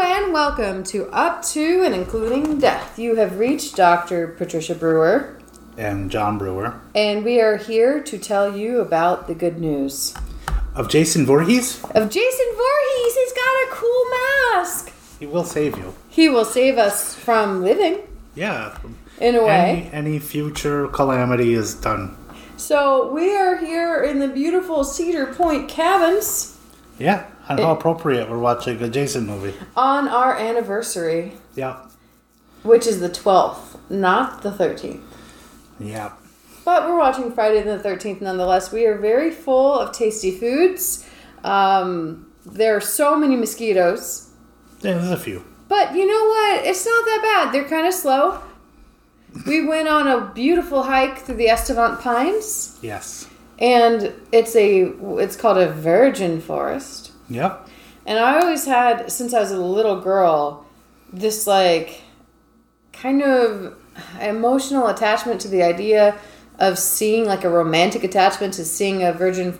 welcome to Up to and Including Death. You have reached Dr. Patricia Brewer, and John Brewer and we are here to tell you about the good news of Jason Voorhees. of Jason Voorhees. He's got a cool mask. He will save you. He will save us from living Yeah. in a way. Any, any future calamity is done. So we are here in the beautiful Cedar Point Cabins Yeah. And Eh. how appropriate we're watching a Jason movie. on our anniversary, Yeah. which is the 12th, not the 13th. Yeah. But we're watching Friday the 13th nonetheless. We are very full of tasty foods. Um, there are so many mosquitoes. yeah there's a few. But you know what? It's not that bad. They're kind of slow. We went on a beautiful hike through the Estevant Pines, Yes. and it's a it's called a virgin forest. Yep. And I always had, since I was a little girl, this like kind of emotional attachment to the idea of seeing like a romantic attachment to seeing a virgin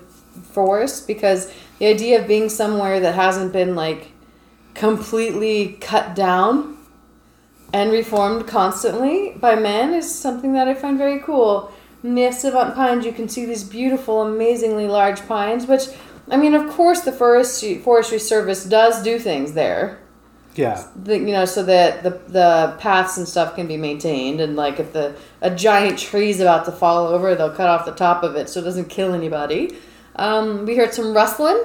forest because the idea of being somewhere that hasn't been like completely cut down and reformed constantly by men is something that I find very cool. In the Savant Pines, you can see these beautiful, amazingly large pines, which, I mean, of course, the Forestry, forestry Service does do things there. Yeah. The, you know, so that the, the paths and stuff can be maintained, and like if the a giant tree's about to fall over, they'll cut off the top of it so it doesn't kill anybody. Um, we heard some rustling.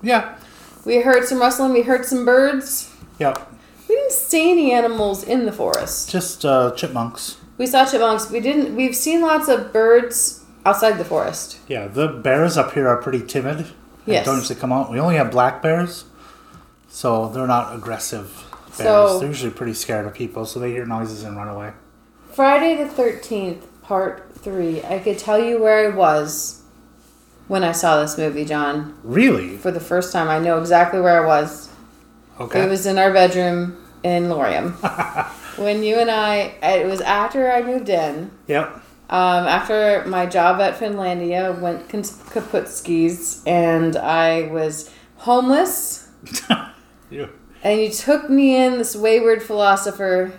Yeah. We heard some rustling. We heard some birds. Yep. We didn't see any animals in the forest. Just uh, chipmunks. We saw chipmunks. We didn't. We've seen lots of birds outside the forest. Yeah. The bears up here are pretty timid. They Yes. Don't usually come out. We only have black bears, so they're not aggressive bears. So- they're usually pretty scared of people, so they hear noises and run away. Friday the thirteenth, part three. I could tell you where I was when I saw this movie, John. Really? For the first time, I know exactly where I was. Okay. It was in our bedroom in Lorium when you and I. It was after I moved in. Yep. Um, after my job at Finlandia, went Kins- Kaputskis, and I was homeless. Yeah. and you took me in this wayward philosopher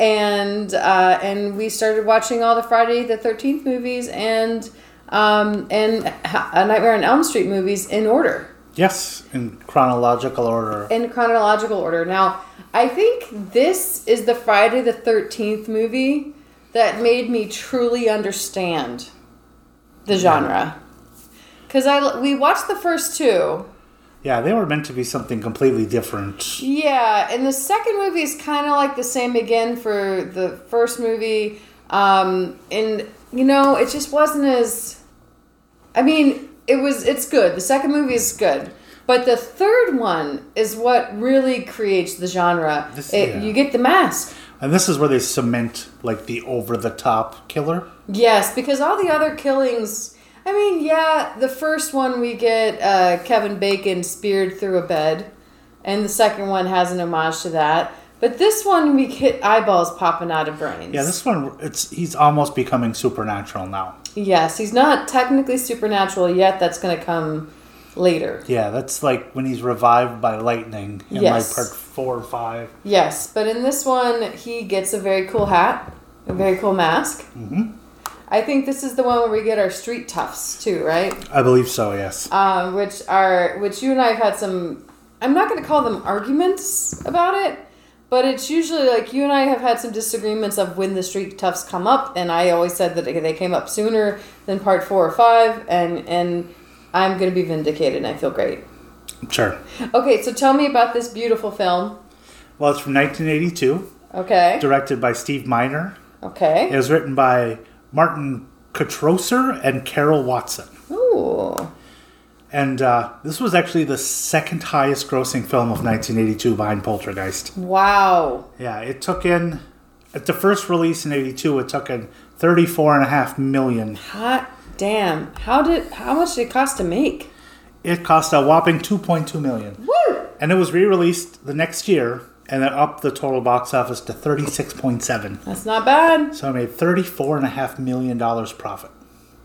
and uh, and we started watching all the friday the 13th movies and um, and Ha- a nightmare on elm street movies in order Yes, in chronological order. in chronological order now i think this is the friday the 13th movie that made me truly understand the genre because i we watched the first two Yeah, they were meant to be something completely different. Yeah, and the second movie is kind of like the same again for the first movie. Um, and you know, it just wasn't as. I mean, it was. It's good. The second movie is good, but the third one is what really creates the genre. This- it, yeah. You get the mask. And this is where they cement like the over the top killer. Yes, because all the other killings. I mean, yeah, the first one we get uh, Kevin Bacon speared through a bed, and the second one has an homage to that. But this one we get eyeballs popping out of brains. Yeah, this one it's he's almost becoming supernatural now. Yes, he's not technically supernatural yet. That's going to come later. Yeah, that's like when he's revived by lightning in Yes. like part four or five. Yes, but in this one he gets a very cool hat, a very cool mask. Mm-hmm. I think this is the one where we get our street toughs too, right? I believe so, yes. um, which are which you and I have had some. I'm not going to call them arguments about it, but it's usually like you and I have had some disagreements of when the street toughs come up, and I always said that they came up sooner than part four or five, and and I'm going to be vindicated, and I feel great. sure. Okay, so tell me about this beautiful film. Well, it's from 1982, Okay, directed by Steve Miner. It okay. was written by Martin Katroser and Carol Watson. Ooh, And uh, this was actually the second highest grossing film of 1982 behind Poltergeist. wow. Yeah, it took in, at the first release in 82, it took in 34.5 million. Hot damn. How did how much did it cost to make? It cost a whopping 2.2 million. Woo! And it was re released the next year and it upped the total box office to 36.7. That's not bad. So it made $34.5 million profit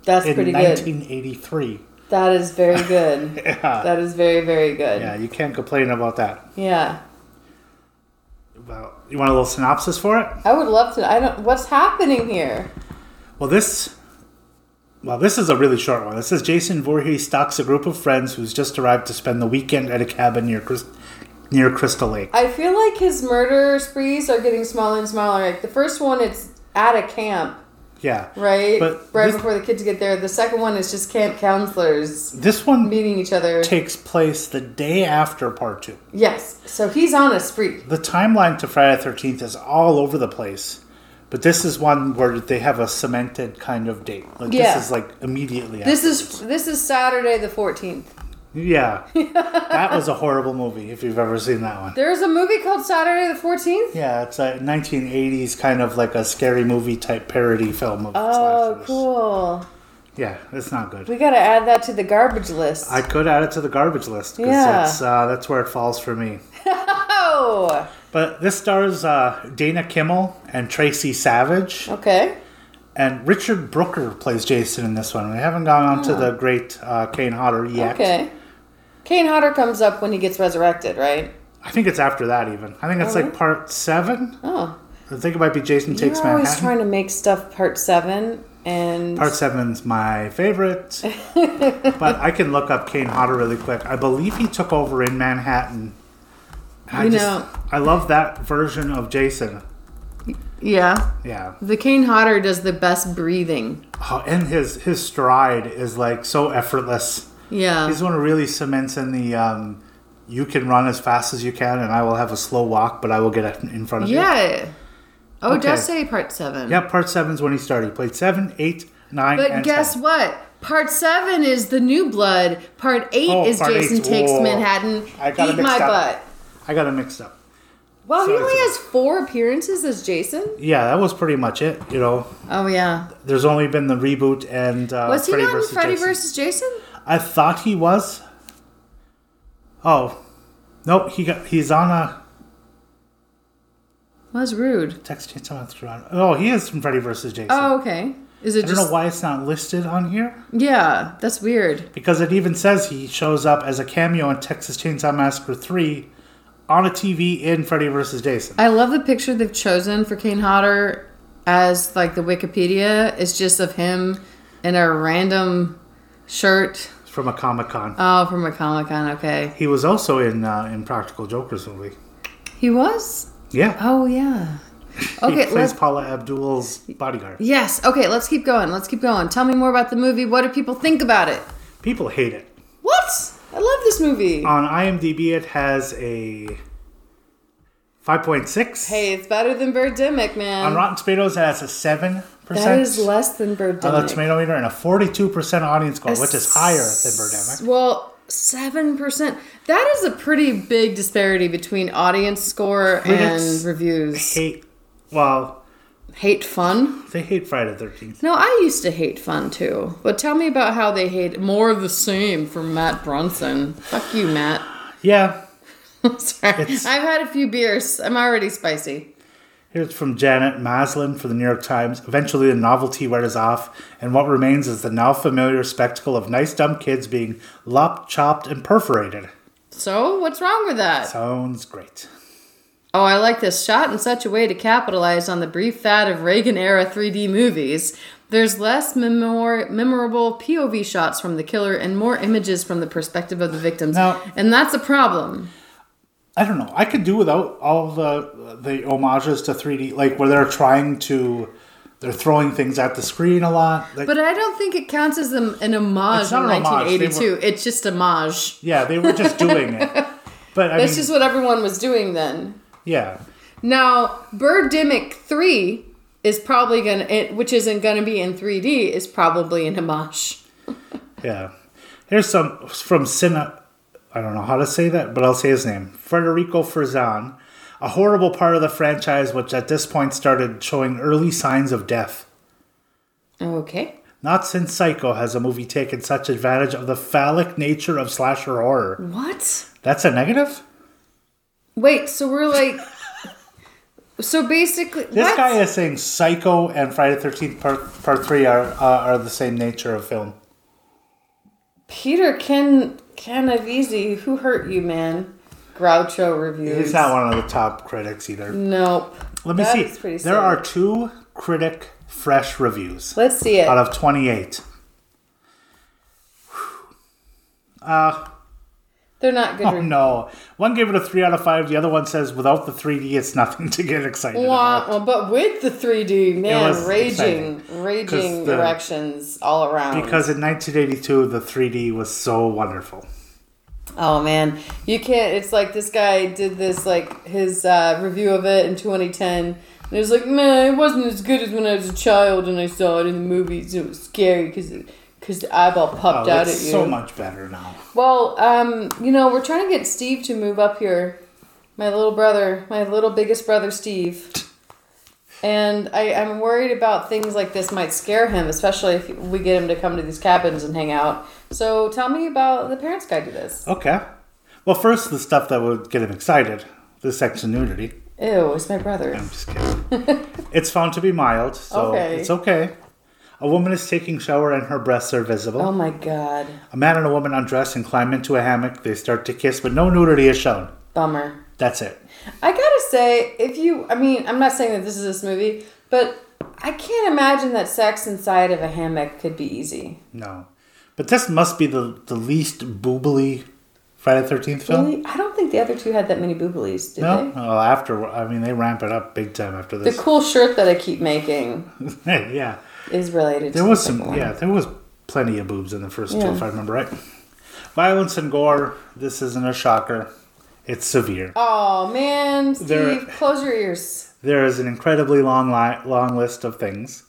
That's in pretty good. 1983. That is very good. Yeah. That is very, very good. yeah, Yeah. you can't complain about that. about. You want a little synopsis for it? I would love to. I don't. What's happening here? Well, this. Well, this is a really short one. It says Jason Voorhees stalks a group of friends who's just arrived to spend the weekend at a cabin near Chris, near Crystal Lake. I feel like his murder sprees are getting smaller and smaller. Like the first one, it's at a camp, Yeah. right? But right this- before the kids get there. The second one is just camp counselors This one meeting each other. takes place the day after part two. yes. So he's on a spree. The timeline to Friday the 13th is all over the place, but this is one where they have a cemented kind of date. Like, Yeah. this is like immediately This is this is Saturday the fourteenth. after. Yeah. that was a horrible movie if you've ever seen that one. There's a movie called Saturday the fourteenth. Yeah, it's a 1980s kind of like a scary movie type parody film of Oh, slashers. cool. Yeah, it's not good. We gotta add that to the garbage list. I could add it to the garbage list because Yeah. that's, uh, that's where it falls for me. oh, But this stars uh, Dana Kimmel and Tracy Savage. okay. And Richard Brooker plays Jason in this one. We haven't gone on to the great uh, Kane Hodder yet. Ah. Okay. Kane Hodder comes up when he gets resurrected, right? I think it's after that, even. I think it's like part seven. Oh, I think it might be Jason Takes you're always Manhattan. trying to make stuff part seven, and part seven's my favorite. but I can look up Kane Hodder really quick. I believe he took over in Manhattan. I You just- know- I love that version of Jason. yeah, Yeah. the Kane Hodder does the best breathing. Oh, and his, his stride is like so effortless. Yeah, He's one who really cements in the um, you can run as fast as you can, and I will have a slow walk, but I will get in front of you. yeah. Oh, it does Okay. say part seven. Yeah, part seven's when he started. He played seven, eight, nine, But and guess 10. what? Part seven is the new blood. Part eight Oh, is part Jason eight's- takes whoa. Manhattan. I got it Eat my mixed up. butt. I got it mixed up. Well, he Sorry only for has four appearances as Jason. Yeah, that was pretty much it. You know, Oh yeah. there's only been the reboot and uh, Was he Freddy not in versus Freddy Jason. versus Jason? I thought he was. Oh, nope. He got he's on uh, a That was rude. text chain. Someone threw on. Oh, he is from Freddy versus Jason. Oh okay. Is it I don't just know why it's not listed on here. Yeah, that's weird. because it even says he shows up as a cameo in Texas Chainsaw Massacre 3 on a TV in Freddy vs. Jason. I love the picture they've chosen for Kane Hodder as like the Wikipedia. It's just of him in a random shirt. It's from a Comic Con. Oh, from a Comic Con. Okay, he was also in uh, in Practical Joker's movie. he was. Yeah. Oh yeah. he Oh, Okay, plays let's. Paula Abdul's bodyguard. Yes. Okay, let's keep going. Let's keep going. Tell me more about the movie. What do people think about it? People hate it. What? I love this movie. On IMDb, it has a 5.6. Hey, it's better than Birdemic, On man. Rotten Tomatoes, it has a 7%. that is less than Birdemic. on the tomato meter and a 42% audience score, which is higher than S- Birdemic. Well, seven percent. That is a pretty big disparity between audience score Critics and reviews. Hate, Hate, well, fun? they hate Friday the 13th. No, I used to hate fun too. But tell me about how they hate more of the same from Matt Brunson. Fuck you, Matt. Yeah, Sorry, It's- I've had a few beers. I'm already spicy. Here's from Janet Maslin for the New York Times. Eventually, the novelty wears off, and what remains is the now familiar spectacle of nice, dumb kids being lopped, chopped, and perforated. So what's wrong with that? Sounds great. Oh, I like this shot in such a way to capitalize on the brief fad of Reagan era 3D movies. There's less memor- memorable POV shots from the killer and more images from the perspective of the victims. Now- and that's a problem. I don't know. I could do without all the the homages to 3D, like where they're trying to, they're throwing things at the screen a lot. Like, But I don't think it counts as an, an homage It's in not an homage. They 1982. were- It's just homage. yeah, they were just doing it. But I That's mean, just what everyone was doing then. yeah, Now, Birdemic 3 is probably going to, which isn't going to be in 3D, is probably an homage. yeah. Here's some from Cine. I don't know how to say that, but I'll say his name. Federico Ferzan, a horrible part of the franchise which at this point started showing early signs of death. Okay. Not since Psycho has a movie taken such advantage of the phallic nature of slasher horror. What? That's a negative? Wait, so we're like, so basically, This what? guy is saying Psycho and Friday the 13th Part, part 3 are, uh, are the same nature of film. Peter Ken Canavese, who hurt you, man? Groucho reviews. He's not one of the top critics either. Nope. Let me That see. is pretty There sad. are two critic fresh reviews Let's see it. out of 28. They're not good Oh reviews. no. One gave it a 3 out of 5. The other one says, without the 3D, it's nothing to get excited Wah, about. wah, but with the 3D, man, was raging, Because raging the- erections all around. Because in 1982, the 3D was so wonderful. oh man, you can't. It's like this guy did this like his uh, review of it in 2010. And it was like, man, it wasn't as good as when I was a child and I saw it in the movies. It was scary because because the eyeball Oh, popped out it's at you. so much better now. Well, um, you know, we're trying to get Steve to move up here. My little brother, my little biggest brother, Steve. And I, I'm worried about things like this might scare him, especially if we get him to come to these cabins and hang out. So tell me about the parents' guide to this. Okay. Well, first, the stuff that would get him excited the sex and nudity. Ew, it's my brother. I'm just kidding. it's found to be mild, so Okay. it's okay. A woman is taking shower and her breasts are visible. Oh my god, A man and a woman undress and climb into a hammock. They start to kiss, but no nudity is shown. bummer. That's it. I gotta say, if you, I mean, I'm not saying that this is this movie, but I can't imagine that sex inside of a hammock could be easy. No. But this must be the, the least boobily Friday the 13th film. Really? I don't think the other two had that many booblies, did they? No? Well, after, I mean, they ramp it up big time after The this. cool shirt that I keep making yeah. is related. There to was the second some, one. yeah, there was plenty of boobs in the first two, Yeah. if I remember right. Violence and gore. This isn't a shocker. It's severe. Oh man, Steve, There- close your ears. There is an incredibly long li- long list of things.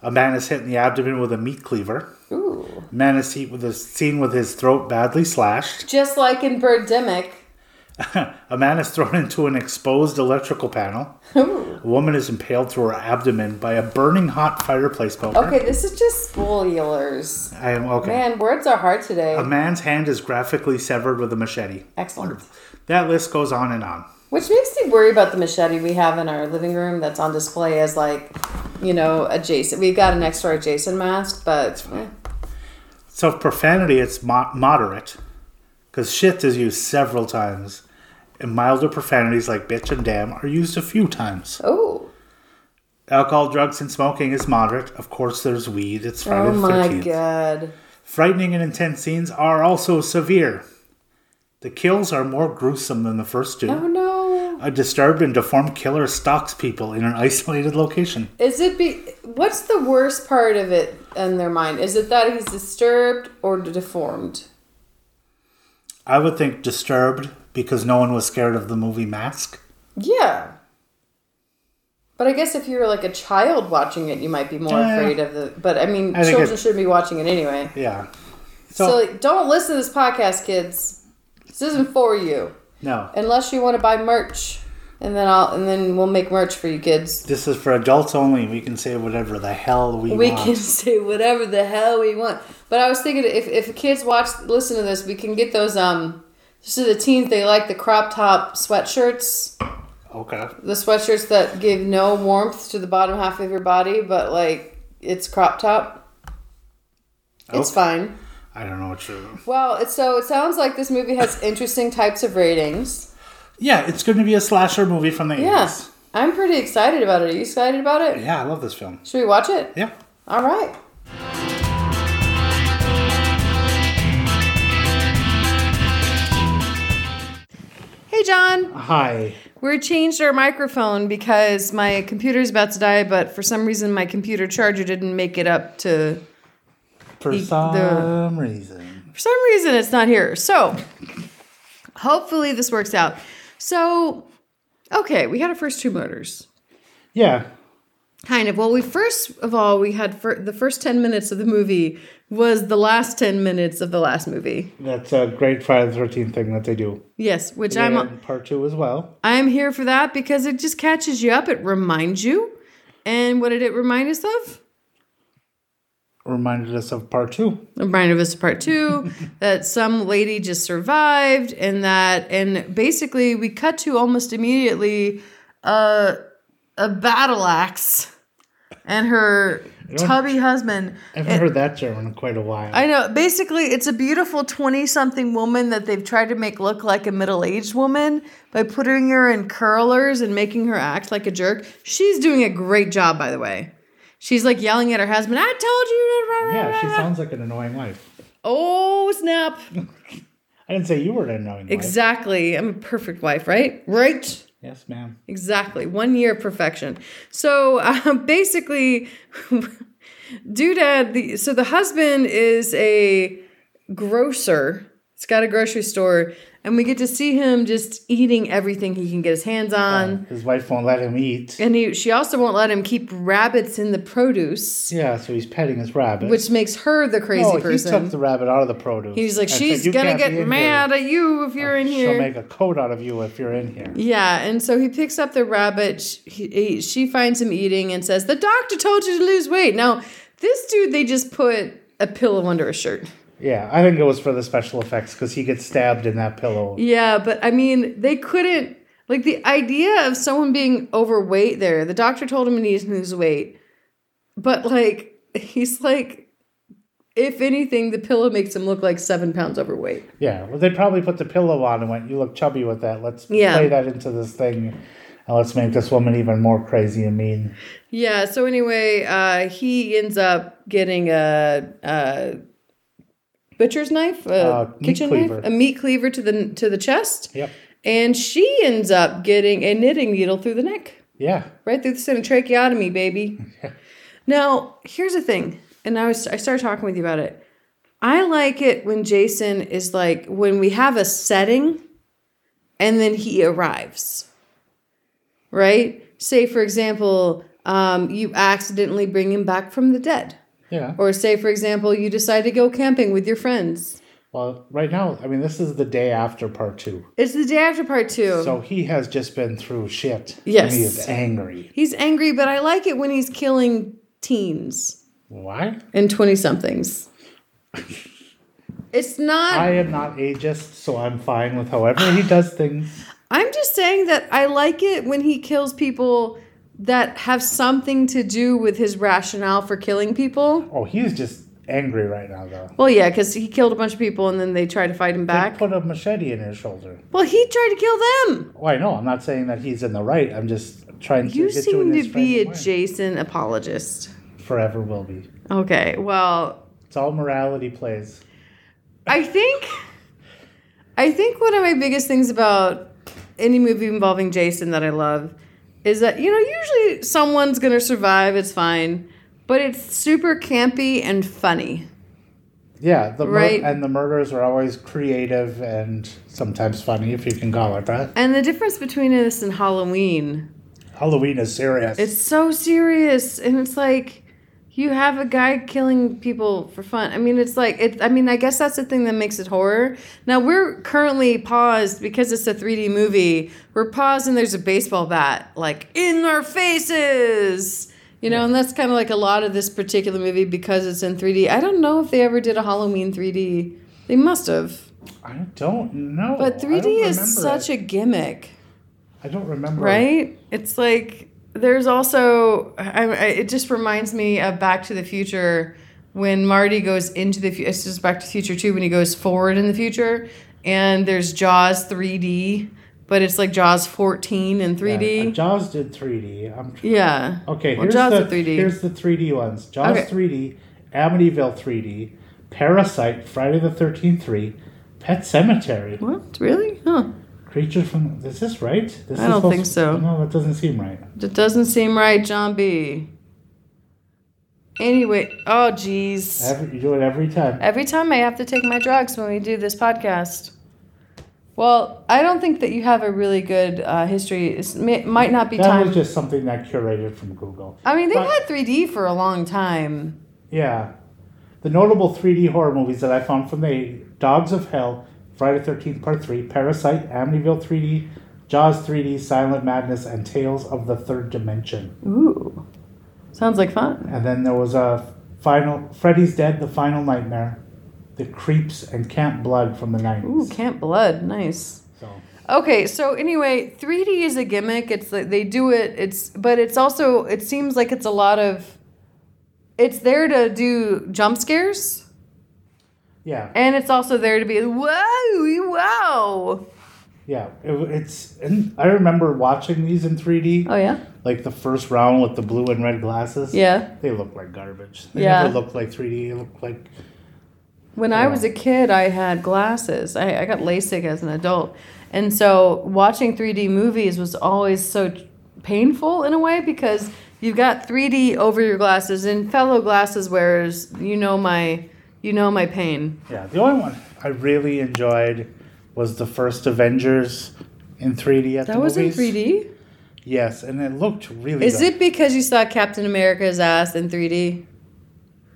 A man is hit in the abdomen with a meat cleaver. Ooh, Man is hit with a, seen with his throat badly slashed. just like in Birdemic. A man is thrown into an exposed electrical panel. Ooh. A woman is impaled through her abdomen by a burning hot fireplace poker. Okay, this is just spoilers. I am okay. Man, words are hard today. A man's hand is graphically severed with a machete. Excellent. That list goes on and on. Which makes me worry about the machete we have in our living room that's on display as like, you know, a Jason. We've got an extra Jason mask, but eh. So if profanity, it's mo- moderate, because shit is used several times, and milder profanities like bitch and damn are used a few times. oh, Alcohol, drugs, and smoking is moderate. Of course, there's weed. It's Friday oh the my 13th. god. Frightening and intense scenes are also severe. The kills are more gruesome than the first two. Oh no. A disturbed and deformed killer stalks people in an isolated location. Is it be what's the worst part of it in their mind? Is it that he's disturbed or deformed? I would think disturbed because no one was scared of the movie Mask. Yeah. But I guess if you're like a child watching it, you might be more Yeah. afraid of the. But I mean, Uh, I think children it- should be watching it anyway. Yeah. So, So, like, don't listen to this podcast, kids. This isn't for you no. unless you want to buy merch, and then I'll and then we'll make merch for you kids. This is for adults only. We can say whatever the hell we, We want. can say whatever the hell we want. But I was thinking if if kids watch listen to this, we can get those um. So the teens they like the crop top sweatshirts. Okay. the sweatshirts that give no warmth to the bottom half of your body, but like it's crop top. It's Okay. fine. I don't know what you. Well, it's, so it sounds like this movie has interesting types of ratings. Yeah, it's going to be a slasher movie from the Yeah, 80s. I'm pretty excited about it. Are you excited about it? Yeah, I love this film. Should we watch it? Yeah. All right. Hey, John. Hi. We changed our microphone because my computer's about to die, but for some reason my computer charger didn't make it up to. For the- some reason. For some reason, it's not here. So hopefully this works out. So, okay, we had our first two murders. Yeah. Kind of. Well, we first of all, we had fir- the first 10 minutes of the movie was the last 10 minutes of the last movie. That's a great Friday the 13th thing that they do. Yes, which I'm. And part two as well. I'm here for that because it just catches you up. It reminds you. And what did it remind us of? Reminded us of part two. It reminded us of part two that some lady just survived and that and basically we cut to almost immediately uh, a battle axe and her tubby husband. I haven't heard that German in quite a while. I know. Basically, it's a beautiful 20 something woman that they've tried to make look like a middle aged woman by putting her in curlers and making her act like a jerk. She's doing a great job, by the way. She's like yelling at her husband, I told you. to rah, rah, yeah, she rah, rah." sounds like an annoying wife. Oh, snap. I didn't say you were an annoying wife. exactly. I'm a perfect wife, right? Right. Yes, ma'am. Exactly. One year of perfection. So um, basically, Doodad, the, so the husband is a grocer. It's got a grocery store. And we get to see him just eating everything he can get his hands on. His wife won't let him eat. And he, she also won't let him keep rabbits in the produce, Yeah, so he's petting his rabbit. which makes her the crazy no, he person. took the rabbit out of the produce. He's like, and said, she's "You gonna can't be in get here. Oh, mad at you if you're in here. She'll make a coat out of you if you're in here. Yeah, and so he picks up the rabbit. She, he, she finds him eating and says, "The doctor told you to lose weight." Now, this dude, they just put a pillow under his shirt. Yeah, I think it was for the special effects because he gets stabbed in that pillow. Yeah, but I mean, they couldn't like the idea of someone being overweight. There, the doctor told him he needs to lose weight, but like he's like, if anything, the pillow makes him look like seven pounds overweight. Yeah, well, they probably put the pillow on and went, "You look chubby with that. Let's Yeah. play that into this thing, and let's make this woman even more crazy and mean." Yeah. So anyway, uh, he ends up getting a, a butcher's knife, a Uh, meat kitchen cleaver. knife, a meat cleaver to the to the chest. Yep. And she ends up getting a knitting needle through the neck, Yeah. right through the center tracheotomy, baby. now here's the thing, and I was I started talking with you about it. I like it when Jason is like when we have a setting, and then he arrives right? Say, for example, um, you accidentally bring him back from the dead. Yeah. Or say, for example, you decide to go camping with your friends. Well, right now, I mean, this is the day after part two, It's the day after part two. so he has just been through shit. Yes. And he is angry. he's angry, but I like it when he's killing teens Why? and 20 somethings. it's not. I am not ageist, so I'm fine with however he does things. I'm just saying that I like it when he kills people that have something to do with his rationale for killing people. Oh, he's just angry right now, though. Well, yeah, because he killed a bunch of people and then they try to fight him back. Put a machete in his shoulder. Well, he tried to kill them. Well, I know. I'm not saying that he's in the right. I'm just trying to You get to in seem his to be a frame of mind. Jason apologist. Forever will be. Okay, well, It's all morality plays. I think I think one of my biggest things about any movie involving Jason that I love is that you know usually someone's gonna survive. It's fine, but it's super campy and funny. Yeah, the mur- Right. and the murders are always creative and sometimes funny, if you can call it that. And the difference between this and Halloween Halloween is serious. It's so serious, and it's like you have a guy killing people for fun. I mean, it's like it. I mean, I guess that's the thing that makes it horror. Now we're currently paused because it's a 3D movie. We're paused, and there's a baseball bat like in our faces. You know, and that's kind of like a lot of this particular movie because it's in 3D. I don't know if they ever did a Halloween 3D. They must have. I don't know. But 3D is such a gimmick I don't remember. right it's like there's also I, I, it just reminds me of back to the future when marty goes into the future it's just back to the future too when he goes forward in the future and there's jaws 3d but it's like jaws 14 in Yeah, Uh, 3d yeah, Jaws did 3D. I'm tr- okay. Well, here's jaws the are 3d here's the 3D ones. Jaws Okay. 3D, Amityville 3D, Parasite, Friday the 13th 3, Pet Cemetery, what really huh Creature from. Is this right? This I is don't supposed- think so. No, that doesn't seem right. that doesn't seem right john b anyway oh jeez Every, you do it every time. Every time I have to take my drugs when we do this podcast. Well, I don't think that you have a really good uh, history. It might not be that time. was just something that curated from Google. I mean, they've but- had 3D for a long time. Yeah. The notable 3D horror movies that I found from the Dogs of Hell, Friday the 13th Part 3, Parasite, Amityville 3D, Jaws 3D, Silent Madness, and Tales of the Third Dimension. Ooh, sounds like fun. And then there was a final Freddy's Dead, The Final Nightmare, The Creeps, and Camp Blood from the 90s. Ooh, Camp Blood, nice. So Okay, so anyway, 3D is a gimmick. It's like they do it. It's but it's also it seems like it's a lot of it's there to do jump scares Yeah, and it's also there to be whoa, wow. yeah. It- it's and I remember watching these in 3D. Oh yeah. Like the first round with the blue and red glasses. Yeah. They look like garbage. They Yeah. never looked like 3D. They looked like When I was a kid, I had glasses. I, I got LASIK as an adult. And so watching 3D movies was always so t- painful in a way because you've got 3D over your glasses and fellow glasses wearers, you know my you know my pain. Yeah, the only one I really enjoyed was the first Avengers in 3D at That the was in movies. 3D? Yes, and it looked really Is good. it because you saw Captain America's ass in 3D?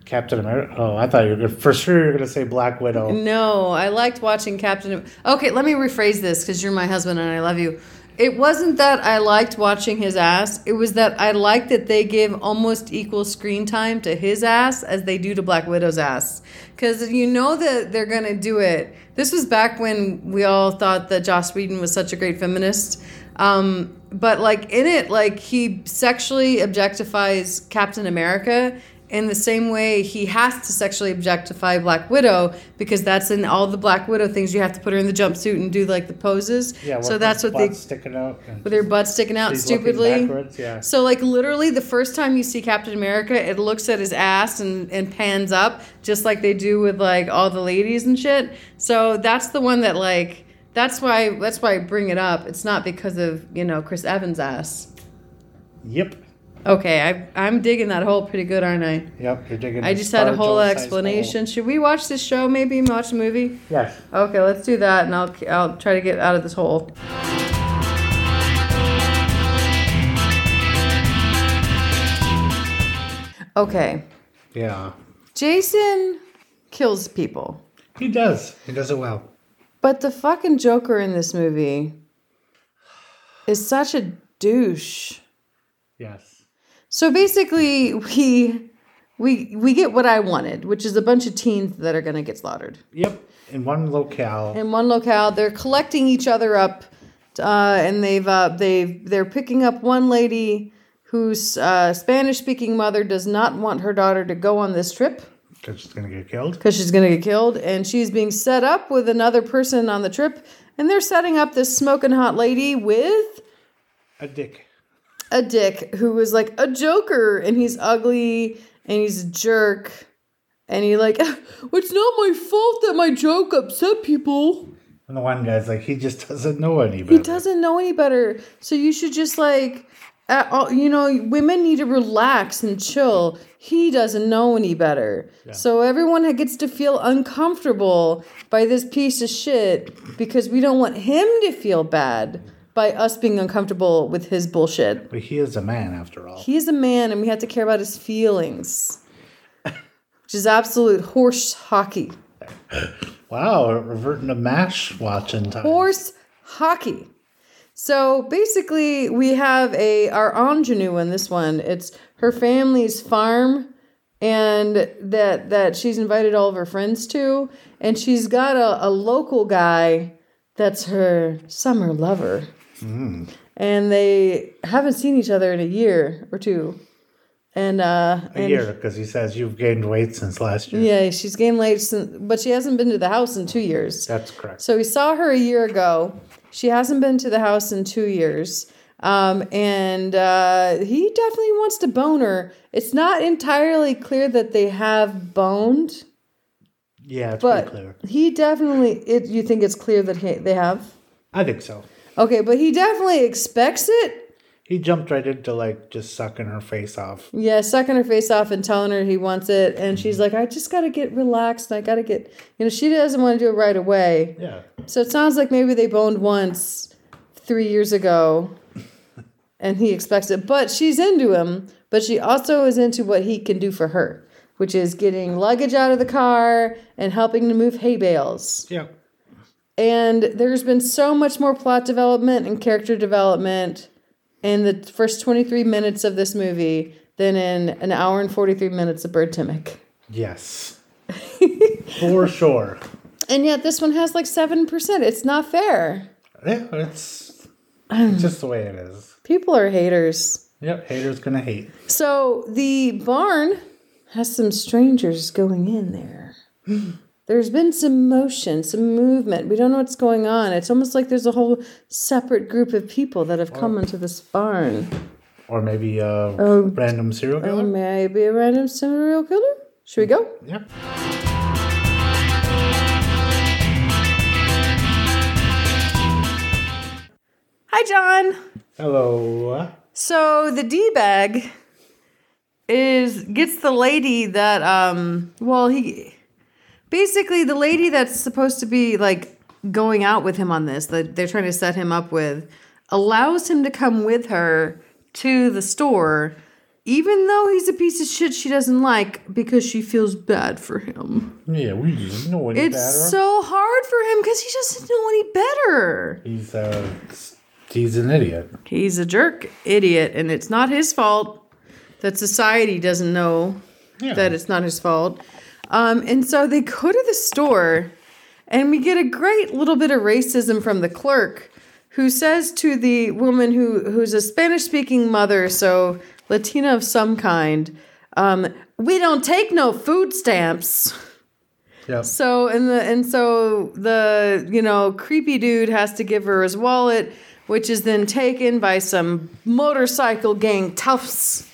Captain America? Oh, I thought you were gonna, for sure you were going to say Black Widow. No, I liked watching Captain. Okay, let me rephrase this because you're my husband and I love you. It wasn't that I liked watching his ass. It was that I liked that they give almost equal screen time to his ass as they do to Black Widow's ass. Because you know that they're going to do it. This was back when we all thought that Joss Whedon was such a great feminist. Um, but like in it, like he sexually objectifies Captain America in the same way he has to sexually objectify Black Widow because that's in all the Black Widow things. You have to put her in the jumpsuit and do like the poses. Yeah, so with that's the what they butt sticking out. and with her butt sticking out she's looking stupidly. backwards, Yeah. So like literally the first time you see Captain America, it looks at his ass and, and pans up just like they do with like all the ladies and shit. So that's the one that like that's why that's why I bring it up. It's not because of, you know, Chris Evans' ass. Yep. Okay, I I'm digging that hole pretty good, aren't I? Yep. You're digging. I a just had a large, whole oversized explanation. Should we watch this show maybe watch the movie? hole. Yes. Okay, let's do that and I'll I'll try to get out of this hole. Okay. Yeah. Jason kills people. He does. He does it well. But the fucking Joker in this movie is such a douche. Yes. So basically, we we we get what I wanted, which is a bunch of teens that are going to get slaughtered. Yep. In one locale. in one locale. They're collecting each other up, uh, and they've uh, they've they're picking up one lady whose uh, Spanish speaking mother does not want her daughter to go on this trip Because she's going to get killed. because she's going to get killed, and she's being set up with another person on the trip, and they're setting up this smoking hot lady with A dick. a dick who is like a joker and he's ugly and he's a jerk and he like it's not my fault that my joke upset people And the one guy's like, he just doesn't know any better. He doesn't know any better. So you should just like, at all, you know, women need to relax and chill. He doesn't know any better. So everyone gets to feel uncomfortable by this piece of shit because we don't want him to feel bad by us being uncomfortable with his bullshit. But he is a man after all. He is a man and we have to care about his feelings, which is absolute horse hockey. Wow, we're reverting to MASH watching time. horse hockey. So basically, we have a our ingenue in this one. It's her family's farm, and that that she's invited all of her friends to, and she's got a, a local guy that's her summer lover, Hmm. and they haven't seen each other in a year or two, and uh, a and year because he says you've gained weight since last year. yeah, she's gained weight since, but she hasn't been to the house in two years. That's correct. So we saw her a year ago. She hasn't been to the house in two years. Um, and uh, he definitely wants to bone her. It's not entirely clear that they have boned, Yeah, it's but pretty clear. he definitely. It, you think it's clear that he, they have? I think so. Okay, but he definitely expects it. He jumped right into like just sucking her face off. Yeah, sucking her face off and telling her he wants it. And she's like, Mm-hmm. I just got to get relaxed. And I got to get, you know, she doesn't want to do it right away. Yeah. So it sounds like maybe they boned once three years ago and he expects it. But she's into him, but she also is into what he can do for her, which is getting luggage out of the car and helping to move hay bales. Yeah. And there's been so much more plot development and character development in the first 23 minutes of this movie than in an hour and 43 minutes of Bird Timmick. Yes. For sure. And yet this one has like 7%. It's not fair. Yeah, it's, Um. it's just the way it is. People are haters. Yep, haters gonna hate. So the barn has some strangers going in there. There's been some motion, some movement. We don't know what's going on. It's almost like there's a whole separate group of people that have come into this barn. Or maybe a Um. random serial Or killer. maybe a random serial killer. Should we go? Yep. Hi, John. Hello. So the D bag is gets the lady that um well he basically the lady that's supposed to be like going out with him on this that they're trying to set him up with allows him to come with her to the store even though he's a piece of shit she doesn't like because she feels bad for him. Yeah, we didn't know any It's better. so hard for him cuz he doesn't know any better. he's uh, he's an idiot. He's a jerk, idiot, and it's not his fault that society doesn't know Yeah. that it's not his fault. Um, and so they go to the store, and we get a great little bit of racism from the clerk, who says to the woman who who's a Spanish speaking mother, so Latina of some kind, um, "We don't take no food stamps." Yep. So and the and so the you know creepy dude has to give her his wallet, which is then taken by some motorcycle gang toughs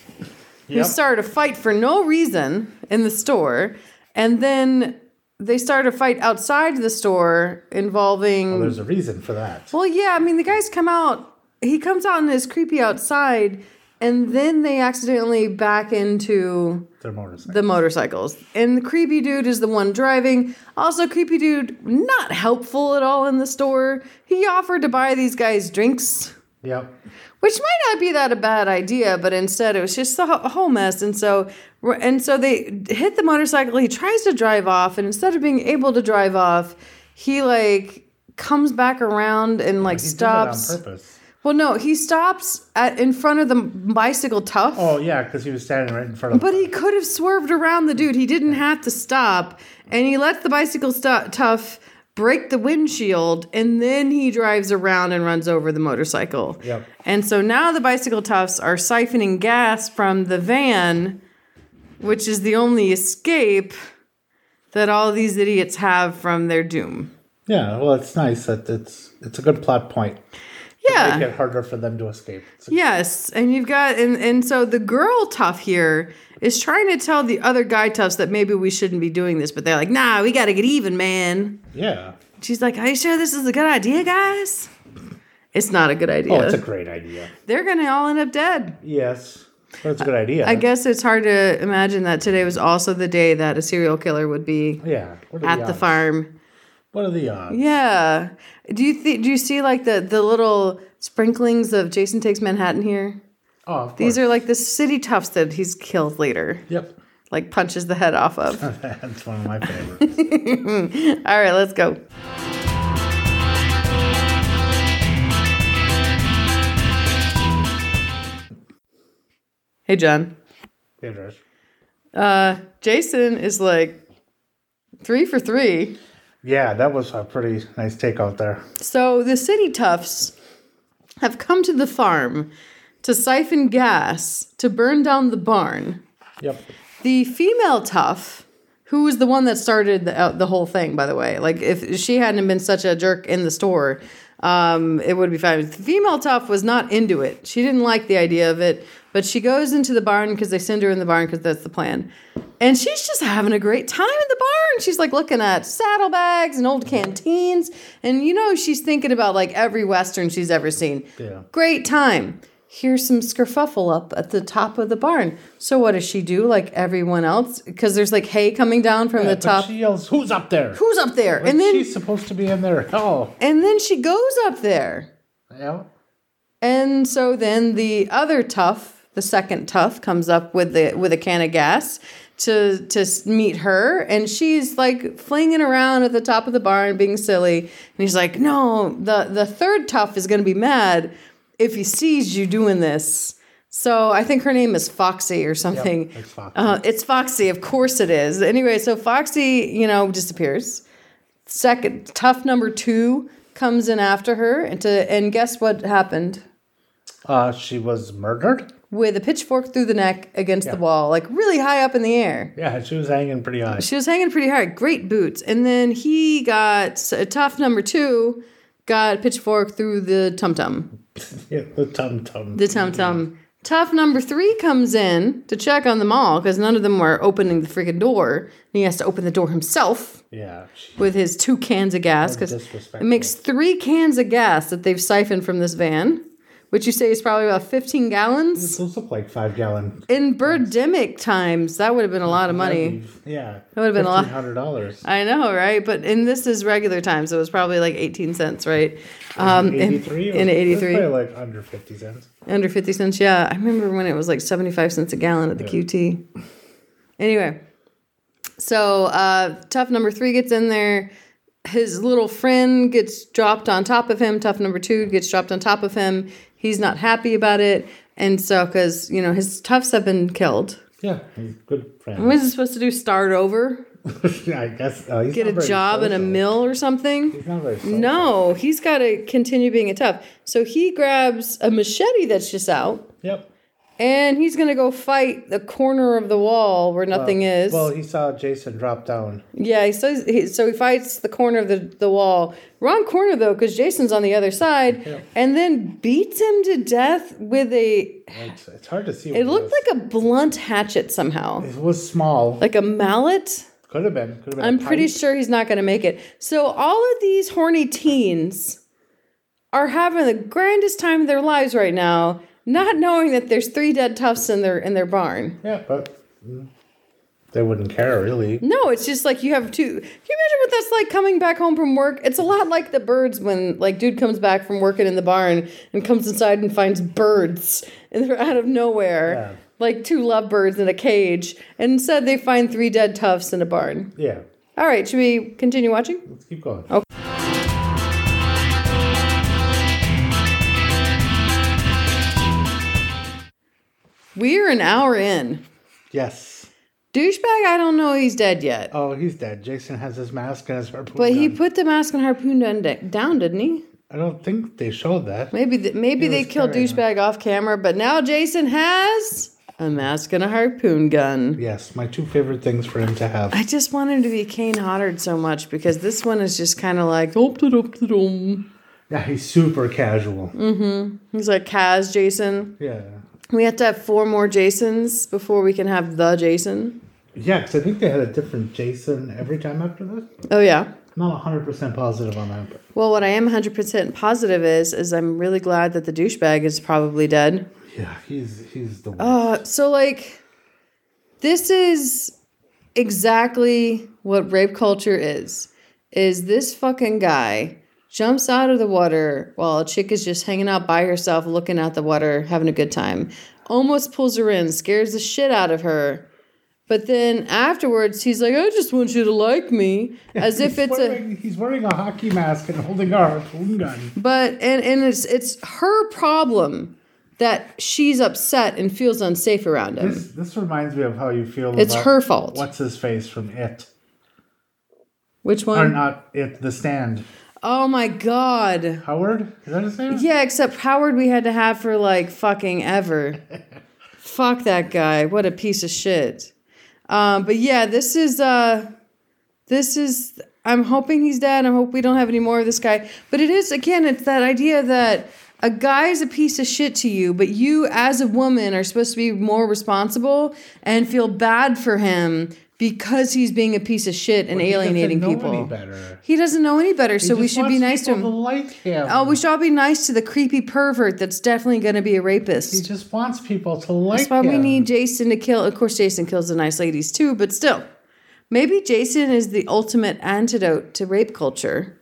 who Yep. start a fight for no reason in the store, and then they start a fight outside the store involving There's a reason for that. well, yeah, I mean, the guys come out, he comes out and is creepy outside, and then they accidentally back into Their motorcycle. the motorcycles. And the creepy dude is the one driving. Also, creepy dude, not helpful at all in the store. He offered to buy these guys drinks, Yep. which might not be that a bad idea, but instead it was just a wh- a whole mess. And so, and so they hit the motorcycle. He tries to drive off, and instead of being able to drive off, he like comes back around and like He did it stops. on purpose. Well, no, he stops at in front of the bicycle tough. Oh yeah, because he was standing right in front of. But he could have swerved around the dude. He didn't have to stop, and he lets the bicycle stu tough break the windshield, and then he drives around and runs over the motorcycle. Yep. And so now the bicycle toughs are siphoning gas from the van, which is the only escape that all these idiots have from their doom. yeah. Well, it's nice that it's it's a good plot point. Yeah. Make it harder for them to escape. It's a- Yes, and you've got and and so the girl tough here is trying to tell the other guy toughs that maybe we shouldn't be doing this, but they're like, "Nah, we got to get even, man." yeah. She's like, "Are you sure this is a good idea, guys?" It's not a good idea. Oh, it's a great idea. they're gonna all end up dead. Yes. Well, it's a good idea. I guess it's hard to imagine that today was also the day that a serial killer would be Yeah. What are at the, the odds? farm. What are the odds? Yeah. Do you thi- do you see like the the little sprinklings of Jason Takes Manhattan here? Oh, of These course. are like the city toughs that he's killed later. Yep. like punches the head off of. All That's one of my favorites. right, let's go. Hey, John. Hey, Josh. Uh, Jason is like three for three. yeah, that was a pretty nice takeout there. So the city toughs have come to the farm to siphon gas to burn down the barn. Yep. The female tough, who was the one that started the, uh, the whole thing, by the way, like if she hadn't been such a jerk in the store, um, it would be fine. The female tough was not into it. She didn't like the idea of it, but she goes into the barn because they send her in the barn because that's the plan. And she's just having a great time in the barn. She's like looking at saddlebags and old canteens. And you know, she's thinking about like every Western she's ever seen. Yeah. Great time. Here's some skerfuffle up at the top of the barn. So what does she do? Like everyone else, because there's like hay coming down from the But top. She yells, "Who's up there?" Who's up there? Like, and then she's supposed to be in there. Oh. and then she goes up there. Yeah. And so then the other tough, the second tough, comes up with the with a can of gas to to s- meet her, and she's like flinging around at the top of the barn, being silly. And he's like, "No, the the third tough is going to be mad if he sees you doing this." So I think her name is Foxy or something. it's Foxy. Uh, it's Foxy, of course it is. Anyway, so Foxy, you know, disappears. Second tough number two comes in after her and to and guess what happened? Uh, she was murdered. With a pitchfork through the neck against the wall, like really high up in the air. Yeah, she was hanging pretty high. She was hanging pretty hard. Great boots. And then he got a tough number two, got pitchfork through the tum tum. Yeah, the tum tum. The tum tum. Tough number three comes in to check on them all because none of them were opening the freaking door. And he has to open the door himself Yeah, she- with his two cans of gas because it disrespectful. makes three cans of gas that they've siphoned from this van, which you say is probably about 15 gallons. those look like five gallon. In birdemic times, that would have been a lot of money. Yeah, that would've been a lot. Hundred dollars. I know, right? But in this is regular times. it was probably like 18 cents, right? Um, in- Eighty three. in 83. like under fifty cents. Under 50 cents, yeah. I remember when it was like 75 cents a gallon at the QT. Anyway, so uh, tough number three gets in there. His little friend gets dropped on top of him. Tough number two gets dropped on top of him. He's not happy about it. And so, because, you know, his toughs have been killed. Yeah, he's good friend. What is he supposed to do? Start over? I guess uh, he's Get not a very job in a social. mill or something? He's not very social. No, he's got to continue being a tough. So he grabs a machete that's just out. Yep. And he's gonna go fight the corner of the wall where nothing is. Well, he saw Jason drop down. yeah, he says he, so. He fights the corner of the, the wall, wrong corner though, because Jason's on the other side, and then beats him to death with a. It's, it's hard to see. What It looked like a blunt hatchet somehow, it was small. like a mallet. Could have been. Could have been. I'm a pretty pipe. sure he's not gonna make it. So all of these horny teens are having the grandest time of their lives right now, not knowing that there's three dead toughs in their in their barn. Yeah, but mm, they wouldn't care really. No, it's just like you have two. Can you imagine what that's like coming back home from work? It's a lot like the birds when like dude comes back from working in the barn and comes inside and finds birds and they're out of nowhere. Yeah. Like two lovebirds in a cage. And instead they find three dead toughs in a barn. Yeah. All right, should we continue watching? Let's keep going. Oh. We're an hour in. Yes. Douchebag, I don't know he's dead yet. Oh, he's dead. Jason has his mask and his harpoon. But he gun. put the mask and harpoon down, down didn't he? I don't think they showed that. Maybe th- maybe they was killed carrying douchebag off camera, but now Jason has a mask and a harpoon gun. Yes, my two favorite things for him to have. I just want him to be Kane Hodder so much because this one is just kind of like "Dop, da, dop, da, dum." Yeah, he's super casual. Mm. he's like Kaz Jason. Yeah. We have to have four more Jasons before we can have the Jason. Yeah, because I think they had a different Jason every time after this. Oh yeah. I'm not 100% positive on that. But Well, what I am 100% positive is is I'm really glad that the douchebag is probably dead. yeah, he's he's the one. Uh, so like, this is exactly what rape culture is. Is this fucking guy jumps out of the water while a chick is just hanging out by herself, looking out the water, having a good time. Almost pulls her in, scares the shit out of her. But then afterwards, he's like, "I just want you to like me," as if it's a wearing, he's wearing a hockey mask and holding a harpoon gun. but and and it's it's her problem that she's upset and feels unsafe around him. This, this reminds me of how you feel. It's about her fault. What's his face from it? Which one? Or not it? The stand. Oh my god. Howard? Is that his name? Yeah, except Howard we had to have for like fucking ever. Fuck that guy. What a piece of shit. Um, but yeah, this is uh this is I'm hoping he's dead. I hope we don't have any more of this guy. But it is again, it's that idea that a guy is a piece of shit to you, but you as a woman are supposed to be more responsible and feel bad for him because he's being a piece of shit and He doesn't alienating know people. Any better. He doesn't know any better, so He we just should be wants nice to him. people like him. Oh, we should all be nice to the creepy pervert that's definitely going to be a he rapist. just wants people to like That's why him. we need Jason to kill. Of course, Jason kills the nice ladies too, but still, maybe Jason is the ultimate antidote to rape culture.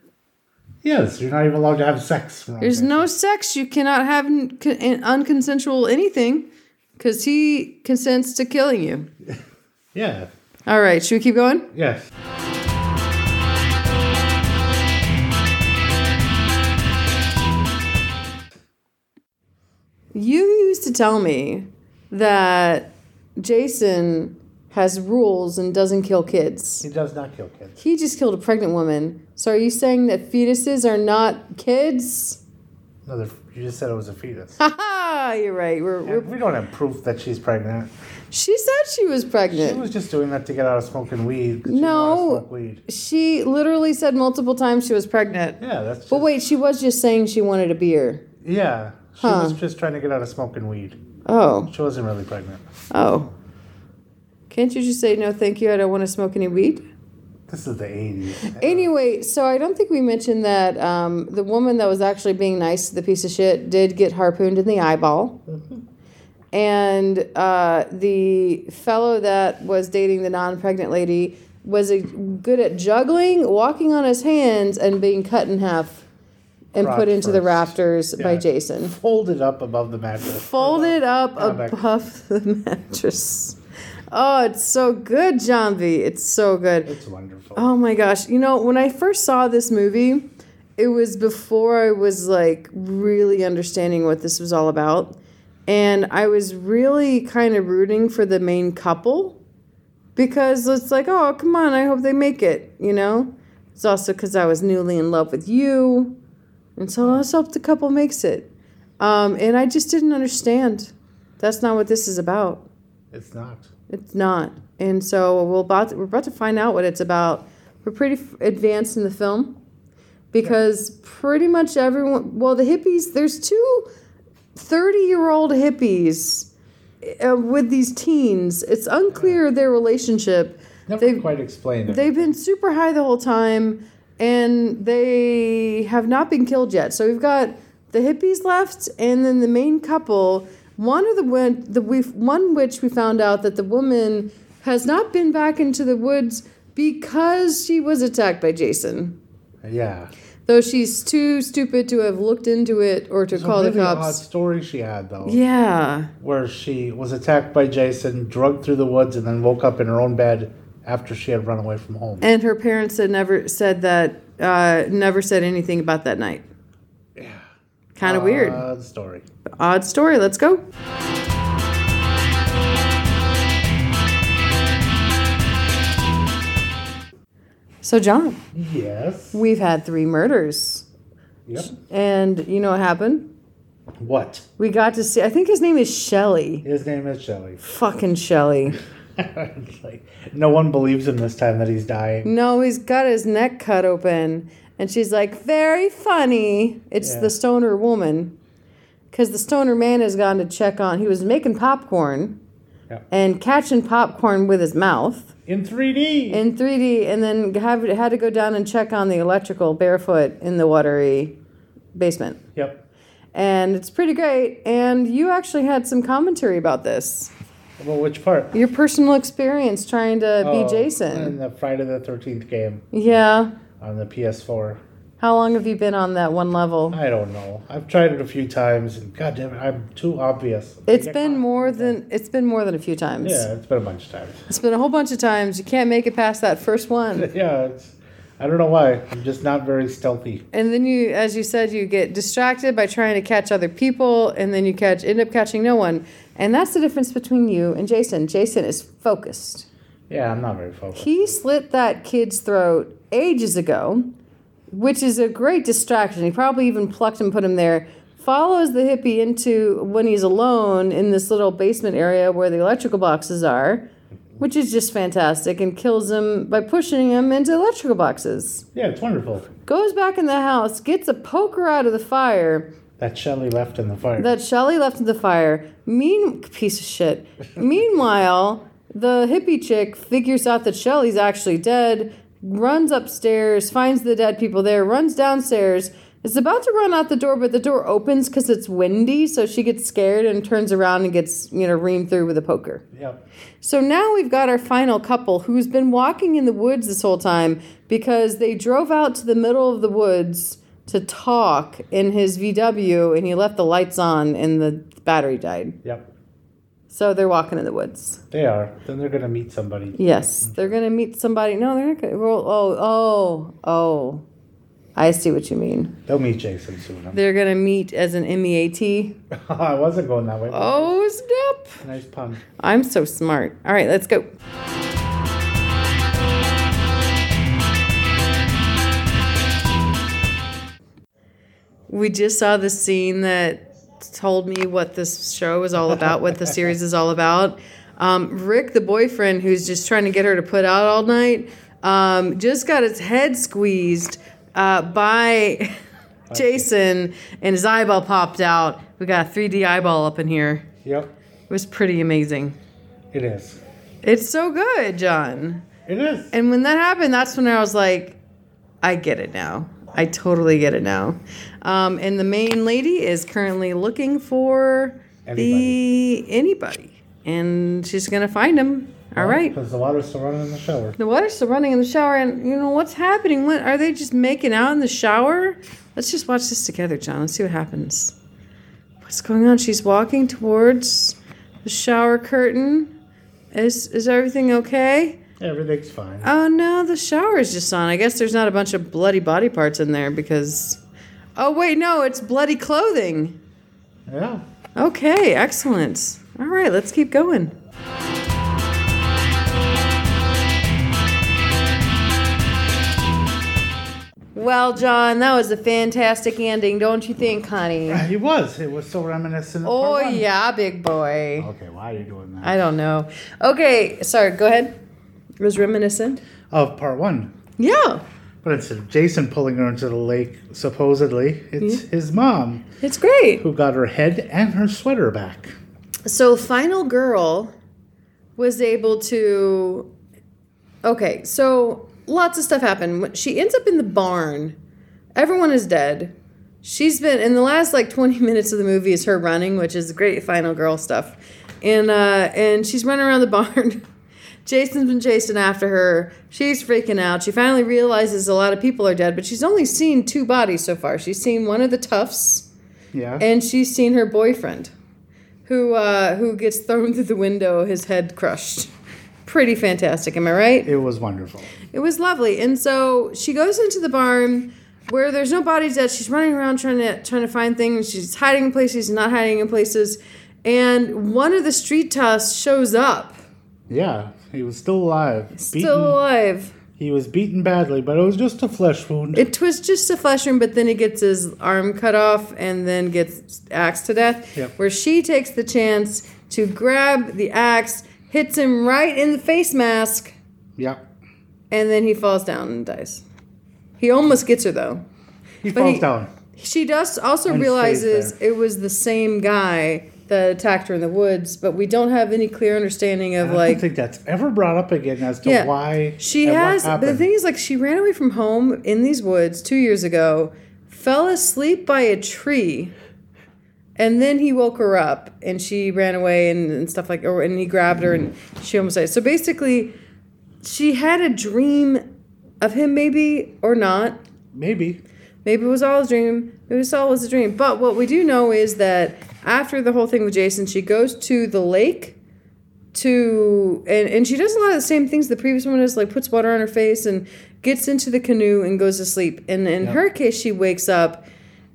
Yes, you're not even allowed to have sex. Wrong There's no sex. You cannot have n- con- an unconsensual anything because he consents to killing you. Yeah. All right, should we keep going? Yes. You used to tell me that Jason has rules and doesn't kill kids. He does not kill kids. He just killed a pregnant woman. So are you saying that fetuses are not kids? No, they're- you just said it was a fetus. Haha, you're right. We're, Yeah, we're, we don't have proof that she's pregnant. she said she was She pregnant. was just doing that to get out of smoking weed. 'cause she didn't No. wanna smoke weed. She literally said multiple times she was pregnant. Yeah, that's. Just, But wait, she was just saying she wanted a beer. Yeah, she Huh. was just trying to get out of smoking weed. Oh, She wasn't really pregnant. oh. Can't you just say no, thank you? I don't want to smoke any weed. This is the eighties. Anyway, so I don't think we mentioned that um, the woman that was actually being nice to the piece of shit did get harpooned in the eyeball. Mm-hmm. And uh, the fellow that was dating the non pregnant lady was a, good at juggling, walking on his hands, and being cut in half and Crotch put into the first. rafters by Yeah. Jason. Folded up above the mattress. Folded up Kinda back- above the mattress. Oh, it's so good, John V. It's so good. It's wonderful. Oh my gosh. You know, when I first saw this movie, it was before I was like really understanding what this was all about. And I was really kind of rooting for the main couple because it's like, oh, come on, I hope they make it, you know? It's also because I was newly in love with you. And so let's hope the couple makes it. Um, and I just didn't understand. That's not what this is about. It's not. It's not. And so we're about to, we're about to find out what it's about. We're pretty f- advanced in the film because pretty much everyone, well, the hippies, there's two 30 year old hippies uh, with these teens. It's unclear their relationship. Never They've- quite explained it. They've been super high the whole time, and they have not been killed yet. So we've got the hippies left, and then the main couple. One of the win- the we one which we found out that the woman has not been back into the woods because she was attacked by Jason. yeah. Though she's too stupid to have looked into it or to It's call the a really odd cops. story she had though, Yeah. where she was attacked by Jason, drugged through the woods, and then woke up in her own bed after she had run away from home. And her parents had never said that uh, never said anything about that night. Yeah. Kind Uh, of weird. Odd story. odd story. Let's go. So, John, Yes. we've had three murders. Yep. And you know what happened? What? We got to see, I think his name is Shelly. His name is Shelly. Fucking Shelly. It's like, no one believes him this time that he's dying. No, he's got his neck cut open. And she's like, very funny. It's Yeah. the stoner woman. Because the stoner man has gone to check on, he was making popcorn Yeah. and catching popcorn with his mouth. In 3D. in 3D, and then have, had to go down and check on the electrical barefoot in the watery basement. yep. And it's pretty great. And you actually had some commentary about this Well, which part? your personal experience trying to Oh, be Jason. In the Friday the 13th game Yeah. on the PS4. How long have you been on that one level? I don't know. I've tried it a few times, and goddamn it, I'm too obvious. It's Yeah, been more than it's been more than a few times. Yeah, it's been a bunch of times. It's been a whole bunch of times. You can't make it past that first one. Yeah, it's. I don't know why. I'm just not very stealthy. And then you, as you said, you get distracted by trying to catch other people, and then you catch end up catching no one. And that's the difference between you and Jason. Jason is focused. Yeah, I'm not very focused. He slit that kid's throat ages ago, which is a great distraction. He probably even plucked and put him there. Follows the hippie into when he's alone in this little basement area where the electrical boxes are, which is just fantastic, and kills him by pushing him into electrical boxes Yeah, it's wonderful. goes back in the house, gets a poker out of the fire That Shelly left in the fire. that Shelly left in the fire. Mean piece of shit. Meanwhile, the hippie chick figures out that Shelly's actually dead, runs upstairs, finds the dead people there, runs downstairs. Is about to run out the door, but the door opens because it's windy, so she gets scared and turns around and gets, you know, reamed through with a poker. yep. So now we've got our final couple who's been walking in the woods this whole time because they drove out to the middle of the woods to talk in his VW and he left the lights on and the battery died. Yep. So they're walking in the woods. They are. Then they're gonna meet somebody. Yes, they're going to meet somebody. No, they're not going to. Oh, oh, oh. I see what you mean. They'll meet Jason soon. I'm- They're gonna meet as an MEAT. I wasn't going that way. Oh snap! Nice pun. I'm so smart. All right, let's go. We just saw the scene that told me what this show is all about, what the series is all about. Um, Rick, the boyfriend who's just trying to get her to put out all night, um, just got his head squeezed uh, by Jason, and his eyeball popped out. We got a 3D eyeball up in here. Yep, It was pretty amazing. it is. It's so good, John. It is. And when that happened, that's when I was like, I get it now. I totally get it now. Um, and the main lady is currently looking for the anybody, and she's gonna find him. All right. Because the water's still running in the shower. The water's still running in the shower, and you know what's happening? What are they just making out in the shower? Let's just watch this together, John. Let's see what happens. What's going on? She's walking towards the shower curtain. Is is everything okay? Everything's fine. Oh no, the shower is just on. I guess there's not a bunch of bloody body parts in there because. Oh wait, no, it's bloody clothing. yeah. Okay, excellent. All right, let's keep going. Well, John, that was a fantastic ending, don't you think, honey? It was. It was so reminiscent of Oh, part one. yeah, big boy. Okay, why are you doing that? I don't know. Okay, sorry, go ahead. It was reminiscent. of part one. Yeah, But instead of Jason pulling her into the lake, supposedly, Hmm? it's his mom it's great. who got her head and her sweater back. So Final Girl was able to Okay, so lots of stuff happened. When- She ends up in the barn. Everyone is dead. She's been in the last like 20 minutes of the movie is her running, which is great Final Girl stuff. And uh and she's running around the barn. Jason's been chasing after her. She's freaking out. She finally realizes a lot of people are dead, but she's only seen two bodies so far. She's seen one of the toughs Yeah. and she's seen her boyfriend, who uh, who gets thrown through the window, his head crushed. Pretty fantastic, am I right? it was wonderful. It was lovely, and so she goes into the barn where there's no bodies yet. She's running around trying to trying to find things. She's hiding in places, not hiding in places, and one of the street toughs shows up, Yeah, he was still alive. beaten. still alive. He was beaten badly, but it was just a flesh wound. It was just a flesh wound, but then he gets his arm cut off and then gets axed to death. Yep. Where she takes the chance to grab the axe, hits him right in the face mask, yeah. and then he falls down and dies. He almost gets her though. He But falls he- down. She does also And stays realizes there. it was the same guy that attacked her in the woods, but we don't have any clear understanding of I like don't think that's ever brought up again as to Yeah. why She and what has, but the happened. thing is, like, she ran away from home in these woods two years ago, fell asleep by a tree, and then he woke her up, and she ran away and, and stuff like, or and he grabbed her, and she almost died. So basically, she had a dream of him, maybe or not. Maybe. Maybe it was all a dream. Maybe it was all was a dream. But what we do know is that after the whole thing with Jason, she goes to the lake to and, and she does a lot of the same things the previous one is like puts water on her face and gets into the canoe and goes to sleep. And in her case, she wakes up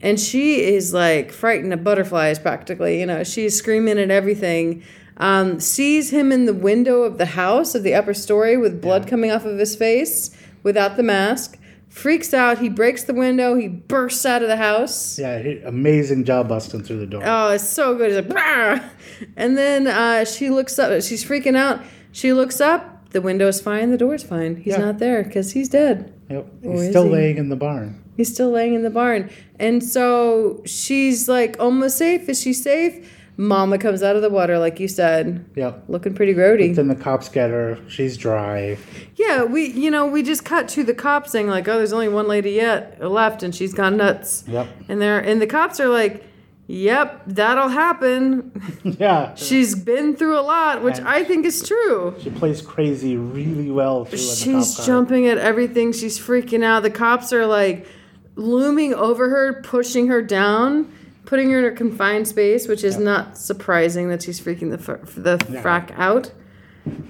and she is like frightened of butterflies practically. You know, she's screaming at everything. Um, sees him in the window of the house of the upper story with blood coming off of his face without the mask. Freaks out. He breaks the window. He bursts out of the house. Yeah, he, amazing job busting through the door. Oh, it's so good. It's like, "Brah!" and then uh, she looks up. She's freaking out. She looks up. The window's fine. The door's fine. He's Yeah. not there because he's dead. yep. Or oh, is He's still he? laying in the barn. He's still laying in the barn. And so she's like, almost safe. Is she safe? Mama comes out of the water, like you said, Yep. looking pretty grody. Then the cops get her. She's dry. Yeah, we you know we just cut to the cops saying like, oh, there's only one lady yet left, and she's gone nuts. Yep. And they're and the cops are like, yep, that'll happen. yeah. She's been through a lot, which And- I think is true. She plays crazy really well too. in the She's cop car. jumping at everything. She's freaking out. The cops are like looming over her, pushing her down, putting her in a confined space, which is not surprising that she's freaking the fr- the Yeah. frack out.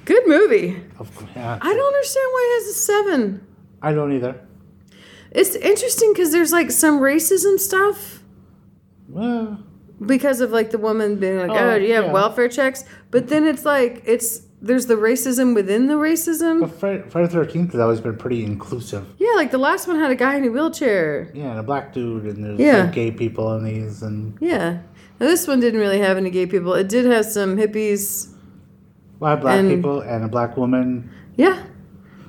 Good movie. Of course, yeah. I don't understand why it has a seven. I don't either. It's interesting because there's like some racism stuff Well, because of like the woman being like, Oh, oh, do you have yeah. welfare checks? But then it's like it's there's the racism within the but racism. Friday the 13th has always been pretty inclusive. Yeah, like the last one had a guy in a wheelchair. Yeah, and a black dude, and there's Yeah. like, gay people in these, and Yeah. Now this one didn't really have any gay people. It did have some hippies. a lot of black And- people, and a black woman. Yeah.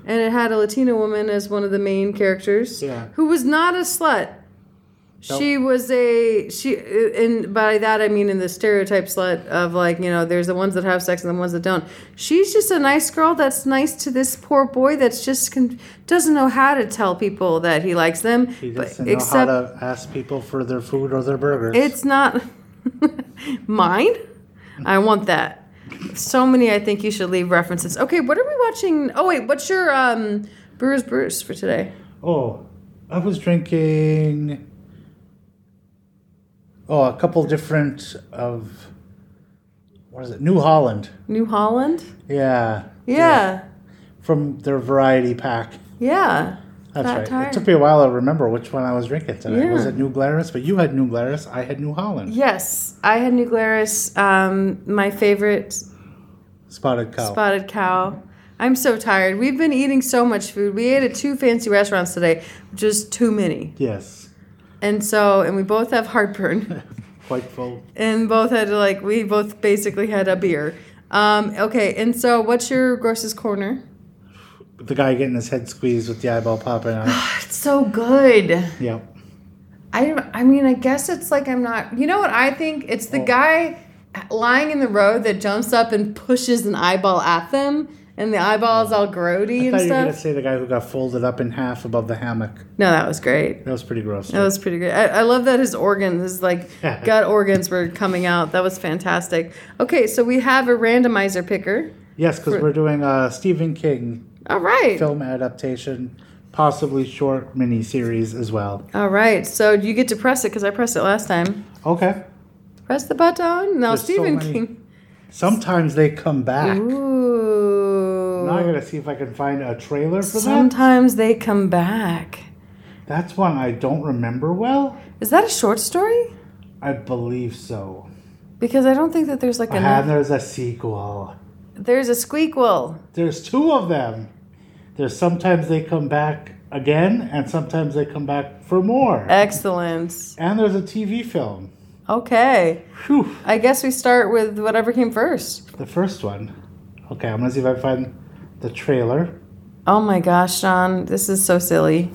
And it had a Latina woman as one of the main characters. Yeah. Who was not a slut. Nope. She was a she and by that I mean in the stereotype slut of like, you know, there's the ones that have sex and the ones that don't. She's just a nice girl that's nice to this poor boy that's just con- doesn't know how to tell people that he likes them. He but- doesn't know how to ask people for their food or their burgers. it's not mine. I want that. So many. I think you should leave references. Okay, what are we watching? Oh wait, what's your um Brewers Bruce for today? Oh, I was drinking. Oh, a couple different of. What is it? New Holland. New Holland. Yeah. Yeah, From their variety pack. yeah. That's Fat right. tire. It took me a while to remember which one I was drinking today. Yeah. Was it New Glarus? But you had New Glarus. I had New Holland. Yes, I had New Glarus. Um, my favorite Spotted cow. spotted cow. I'm so tired. We've been eating so much food. We ate at two fancy restaurants today, which is too many. yes. And so, and we both have heartburn. Quite full. and both had to like we both basically had a beer. Um, okay, and so what's your grossest corner? The guy getting his head squeezed with the eyeball popping out. It's so good. yep. I I mean I guess it's like I'm not. You know what I think? It's Oh. the guy lying in the road that jumps up and pushes an eyeball at them, and the eyeball is all grody I and thought you were going to stuff. say the guy who got folded up in half above the hammock. No, that was great. That was pretty gross. That was pretty good. I, I love that his organs, his like gut organs, were coming out. That was fantastic. Okay, so we have a randomizer picker. Yes, because we're doing a Stephen King All right. film adaptation, possibly short mini series as well. All right, so you get to press it because I pressed it last time. Okay. Press the button. Now There's so Stephen many. King. Sometimes they come back. Ooh. Now I gotta see if I can find a trailer for that. Sometimes they come back. That's one I don't remember well. Is that a short story? I believe so. Because I don't think that there's like a And there's a sequel. there's a squeakquel. There's two of them. There's sometimes they come back again, and sometimes they come back for more. Excellent. And there's a TV film. Okay. Whew. I guess we start with whatever came first. The first one. Okay, I'm gonna see if I can find the trailer. Oh my gosh, John, this is so silly.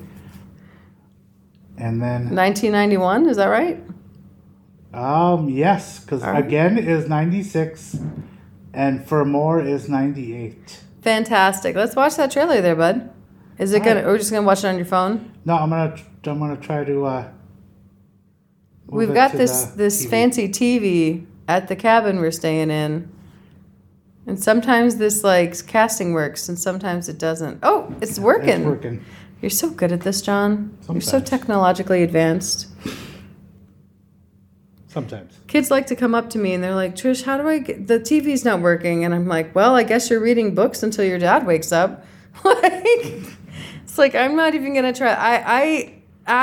And then, 1991, is that right? um, yes, because All right. again is 96 and for more is 98. Fantastic. Let's watch that trailer there, bud. Is it gonna? Alright. We're just gonna watch it on your phone. No, I'm gonna, tr- I'm gonna try to, uh, move We've it got to this the this TV. fancy TV at the cabin we're staying in. And sometimes this like casting works and sometimes it doesn't. Oh, it's working. It's working. You're so good at this, John. You're so Sometimes. technologically advanced. Sometimes. Kids like to come up to me and they're like, "Trish, how do I get the TV's not working?" And I'm like, "Well, I guess you're reading books until your dad wakes up." like It's like I'm not even going to try. I I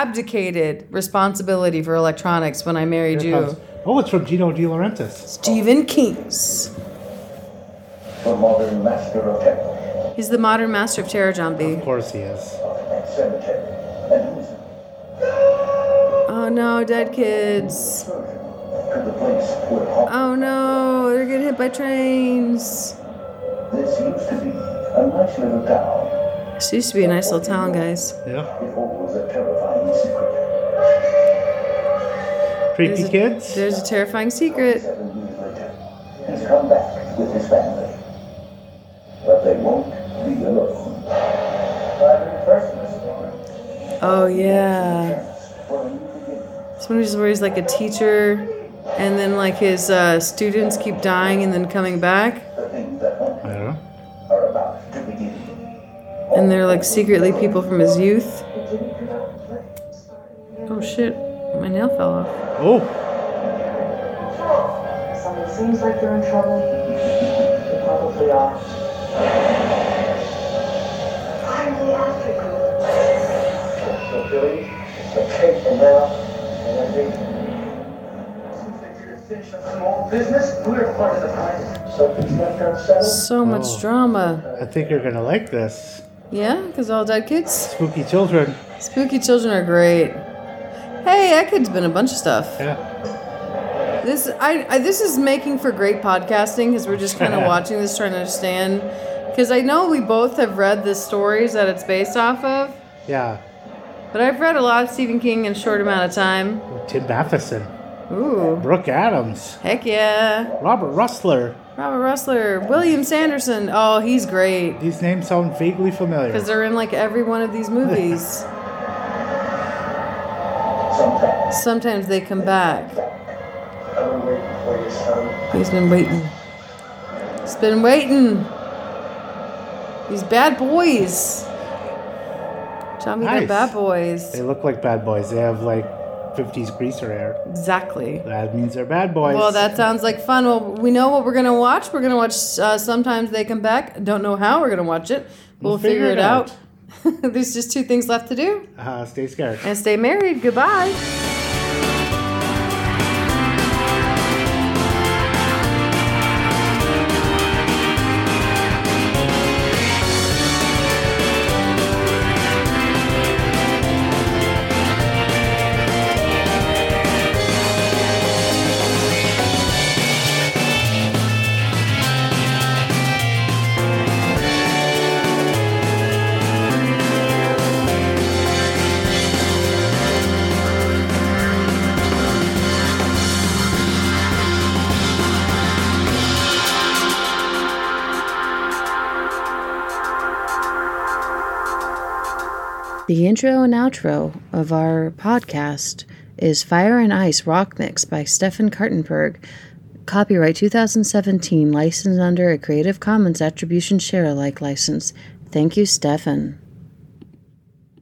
abdicated responsibility for electronics when I married Here you. it comes. Oh, it's from Gino De Laurentiis. Stephen King's. the modern master of hell He's the modern master of terror, John B. Of course he is. and cemetery, and who's Oh no, dead kids. to the place where hot Oh no, they're getting hit by trains. this used to be a nice little town. This used to be a nice little town, guys. Yeah. It holds a terrifying secret. Creepy a- kids. There's a terrifying secret. Seven years later, he's come back with his family, but they won't be alone. Private Christmas story. Oh yeah. For a new beginning. It's one of these where he's like a teacher, and then like his uh, students keep dying and then coming back, The things that I won't don't know. are about to begin. and they're like secretly people from his youth. Oh shit, my nail fell off. Oh, Someone seems like they're in trouble. They probably are. Finally, after you. doing. Okay, for now, and I think. Since they should finish up some old business, we're part of the plan. Something's left unsettled. So much Oh. drama. I think you're gonna like this. Yeah, because all dead kids. Spooky children. Spooky children are great. Hey, that kid's been a bunch of stuff. Yeah. This I, I this is making for great podcasting because we're just kind of watching this trying to understand. Because I know we both have read the stories that it's based off of, Yeah. but I've read a lot of Stephen King in a short amount of time. Tim Matheson. Ooh, Brooke Adams. heck yeah! Robert Rustler. Robert Russler, William Sanderson. Oh, he's great These names sound vaguely familiar. because they're in like every one of these movies. Sometimes. Sometimes they come back. I've been waiting for you, son. He's been waiting. He's been waiting. These bad boys. Tommy, Nice. they're bad boys. They look like bad boys. They have like 50s greaser hair. Exactly. That means they're bad boys. Well, that sounds like fun. Well, we know what we're gonna watch. We're gonna watch. Uh, Sometimes they come back. Don't know how we're gonna watch it. We'll, figure, it out. There's just two things left to do, Uh, stay scared. and stay married. Goodbye. The intro and outro of our podcast is Fire and Ice Rock Mix by Stefan Kartenberg. Copyright 2017, licensed under a Creative Commons Attribution Share Alike license. Thank you, Stefan.